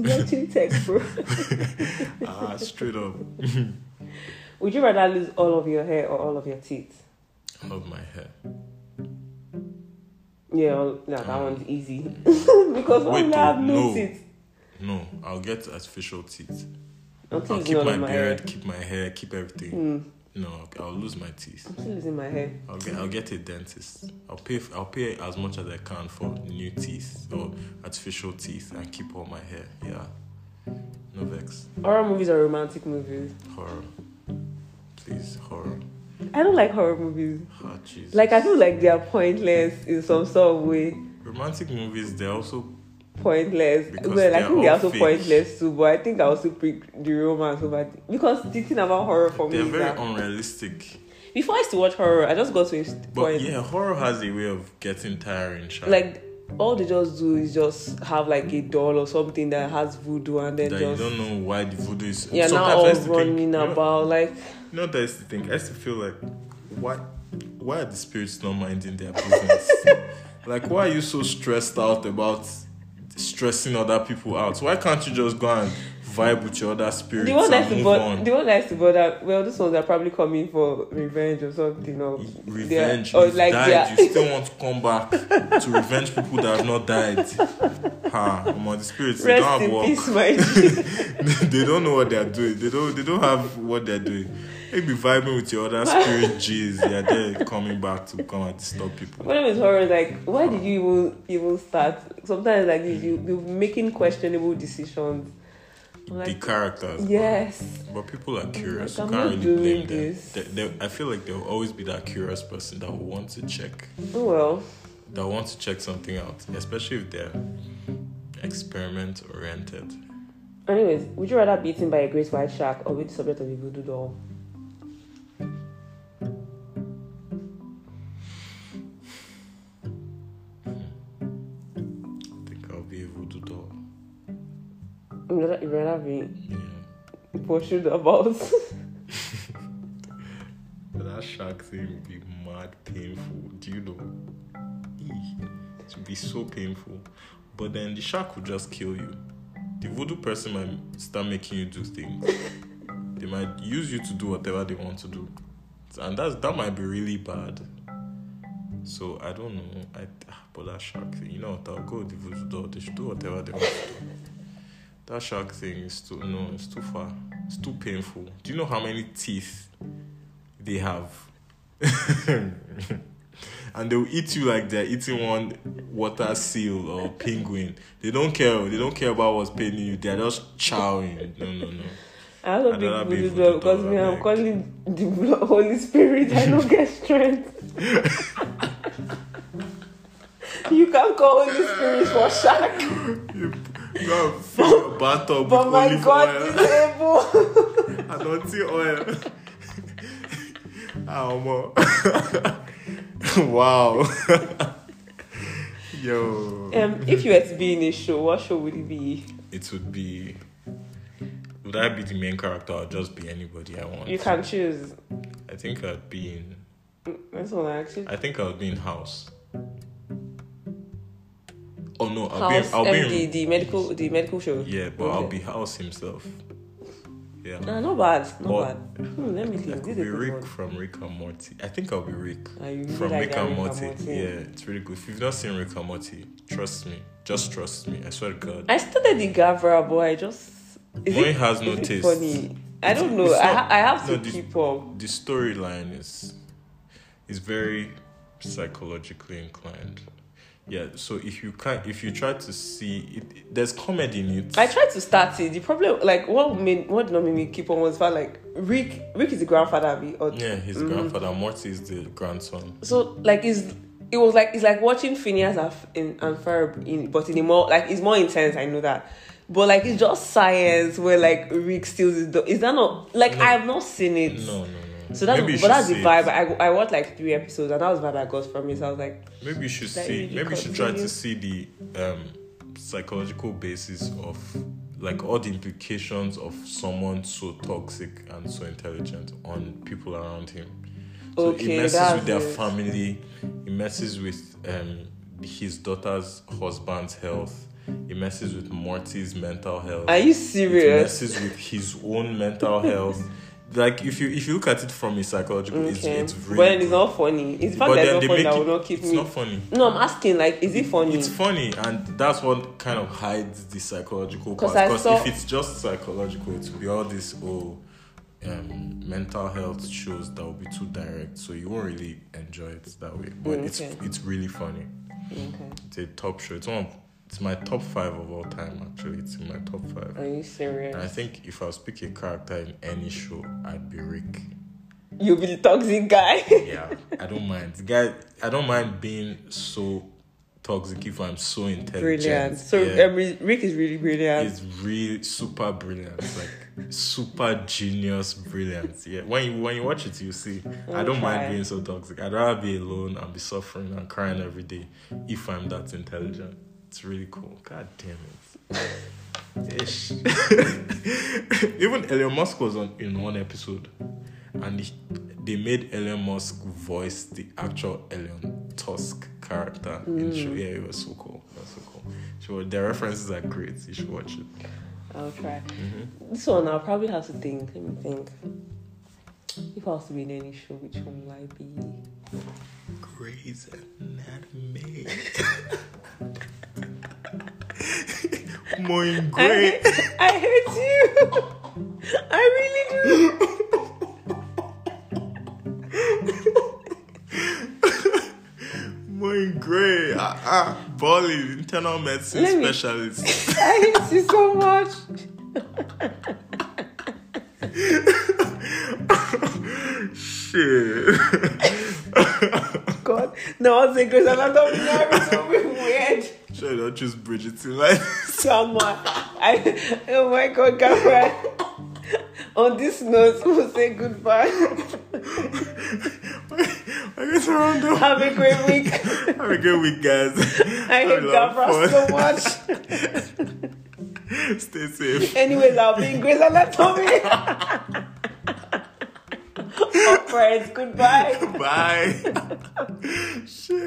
Don't you tech, bro?
ah, straight up,
Would you rather lose all of your hair or all of your teeth?
I love my hair.
Yeah, well, nah, that one's easy. because why
Mm. Wait,
would I have
no.
no, teeth?
No, I'll get artificial teeth.
Until
I'll
it's
keep
not
my
in my
beard,
hair.
keep my hair, keep everything.
Mm,
No, I'll lose my teeth.
I'm still losing my hair.
I'll get I'll get a dentist. I'll pay f- I'll pay as much as I can for new teeth or artificial teeth and keep all my hair. Yeah. No vex.
Horror movies are romantic movies.
Horror. Please, horror.
I don't like horror movies.
Ah, Jesus.
Like I feel like they are pointless in some sort of way.
romantic movies they're also
Pointless.
Because
well,
they
I
are
think they are
all
also
fake.
pointless too. But I think I also pick the romance over because the thing about horror for me
they're
is
very
that
unrealistic.
before I used to watch horror, I just got to a st-
But
point
yeah, horror has a way of getting tiring, sha.
like all they just do is just have like a doll or something that has voodoo and then
that you
just
don't know why the voodoo is
yeah now
Sometimes I
all
used to think, you
running
know-
about like
You know, that's the thing. I used to feel like, why, why are the spirits not minding their business? like, why are you so stressed out about stressing other people out? Why can't you just go and vibe with your other spirits
the one
and
that's to
move
bod-
on?
the one that's to bother well this ones are probably coming for revenge or something or they are-
Revenge,
or
you've
oh, like they are-
died. You still want to come back to revenge people that have not died. Ha, among the spirits, they don't
rest
have
in
work.
peace my G.
they don't know what they're doing. They don't. They don't have what they're doing. They be vibing with your other spirit G's. They're there coming back to come and disturb people.
When it's horror, like, why did you even even start? Sometimes, like, you you're making questionable decisions. I'm
the
Like,
characters.
yes,
But, but people are curious.
like,
you
I'm
can't
not
really blame
doing this.
them. They, they, I feel like there will always be that curious person that will want to check,
oh well,
that want to check something out, especially if they're experiment oriented.
Anyways, would you rather be eaten by a great white shark or be the subject of a voodoo doll?
I think I'll be able to do.
You'd rather, you'd rather be
Yeah.
pursued about.
But that shark thing would be mad painful. Do you know? Eeh, It would be so painful. But then the shark would just kill you. The voodoo person might start making you do things. they might use you to do whatever they want to do. And that's that might be really bad. So I don't know. I ah, but that shark thing, you know what? I'll go with the voodoo doll. They should do whatever they want to do. That shark thing is too no, it's too far. It's too painful. Do you know how many teeth they have. and they'll eat you like they're eating one water seal or penguin. They don't care. They don't care about what's paining you. They're just chowing. No, no, no.
I also
I'd
pick
rather be
voodoo
voodoo
doll because
doll,
me, I'm
like-
calling the blo- Holy Spirit. I don't get strength. you can't call Holy Spirit for shark,
Go and fill your bathtub with
but my
olive
God
oil
is able.
and auntie oil. Ah, omo. wow. Yo.
um, if you were to be in a show, what show would it be?
It would be. Would I be the main character or just be anybody I want?
You can choose.
I think I'd be in.
That's one I actually.
I think I'll be in house. Oh no, I'll
House
be. I'll
um,
be
the,
in,
the medical the medical show.
Yeah, but I'll
Okay.
be house himself. Yeah.
Nah, Ah, not bad, not
But-
bad. Hmm, let me
I
think.
could
This
be
is a good
Rick
one.
from Rick and Morty. I think I'll be Rick
Ah, you really
from
like
Rick
that
and Morty.
Morty.
Yeah, it's really good. If you've not seen Rick and Morty, trust me. Just trust me. I swear to God.
I started the Gavra, but I just is
Moi
it,
has
is
no
it
taste.
funny? I don't know.
It's
I,
not-
ha- I have to
no, the-
keep up.
the storyline is is very psychologically inclined. Yeah, so if you can if you try to see it, there's comedy in it.
I tried to start it. The problem, like, what made what did not make me keep on was that like Rick. Rick is the grandfather, abi, or
yeah, his grandfather Morty is the grandson.
so like is it was like it's like watching Phineas and, F- in, and Ferb in but in a more like it's more intense. I know that, but like it's just science where like Rick steals his dog. Is that not like
No.
I have not seen it.
No, no, no.
So that's
Maybe you
but that's the
should
vibe.
see
I I watched like three episodes and that was the vibe I got from it. So I was like,
Maybe you should
That
see.
really
Maybe you should try to
continues.
see the um, psychological basis of like all the implications of someone so toxic and so intelligent on people around him. So
Okay,
it messes
that's
with their
it.
family. It messes with um, his daughter's husband's health. It messes with Morty's mental health.
are you
It
serious?
messes with his own mental health. Like if you if you look at it from a psychological, it's,
Okay,
it's really
but then it's
good.
not funny. It's the fact
But
that
then
it's
they
not funny
make
that
it-
will not keep
it's
me. Hmm.
not funny.
no, I'm asking like, is it funny?
It's funny, and that's what kind of hides the psychological
'Cause
part.
I
Because
saw-
if it's just psychological, it will be all this oh, um, mental health shows that will be too direct, so you won't really enjoy it that way. But
Mm,
it's
okay.
it's really funny.
okay.
It's a top show. It's one. Of, it's my top five of all time. Actually, it's in my top five.
Are you serious?
And I think if I was pick a character in any show, I'd be Rick.
You'll be the toxic guy.
Yeah, I don't mind. The guy, I don't mind being so toxic if I'm so intelligent.
brilliant. So
Yeah.
um, Rick is really brilliant.
is really super brilliant, like super genius brilliant. Yeah, when you when you watch it, you see. I don't
Okay.
mind being so toxic. I'd rather be alone and be suffering and crying every day if I'm that intelligent. It's really cool. God damn it. Ish. Even Elon Musk was on in one episode, and he, they made Elon Musk voice the actual Elon Tusk character in the show. Yeah, it was so cool. That's so cool. Sure, their references are great. You should watch it.
I'll try.
Mm-hmm.
This one I'll probably have to think. Let me think. If I was to be in any show, which one will I be?
Grey's Anatomy. Moin
I
Grey.
hate- I hate you. I really do.
Moin Grey. Ah, ah. Bolly, internal medicine
Let me-
specialist.
I hate you so much.
Shit.
God. No, I was in Grey's Anatomy. Now it's so weird.
Sure, you don't choose Bridget in life.
Someone. I, oh my God, girlfriend. On this note, we'll say goodbye.
I guess around the
Have a great week.
Have a good week, guys.
I hate
Have a lot
Gabra
of
so
fun.
much.
Stay safe.
Anyways, I'll be in Grey's Anatomy. All right, goodbye.
Bye. Shit.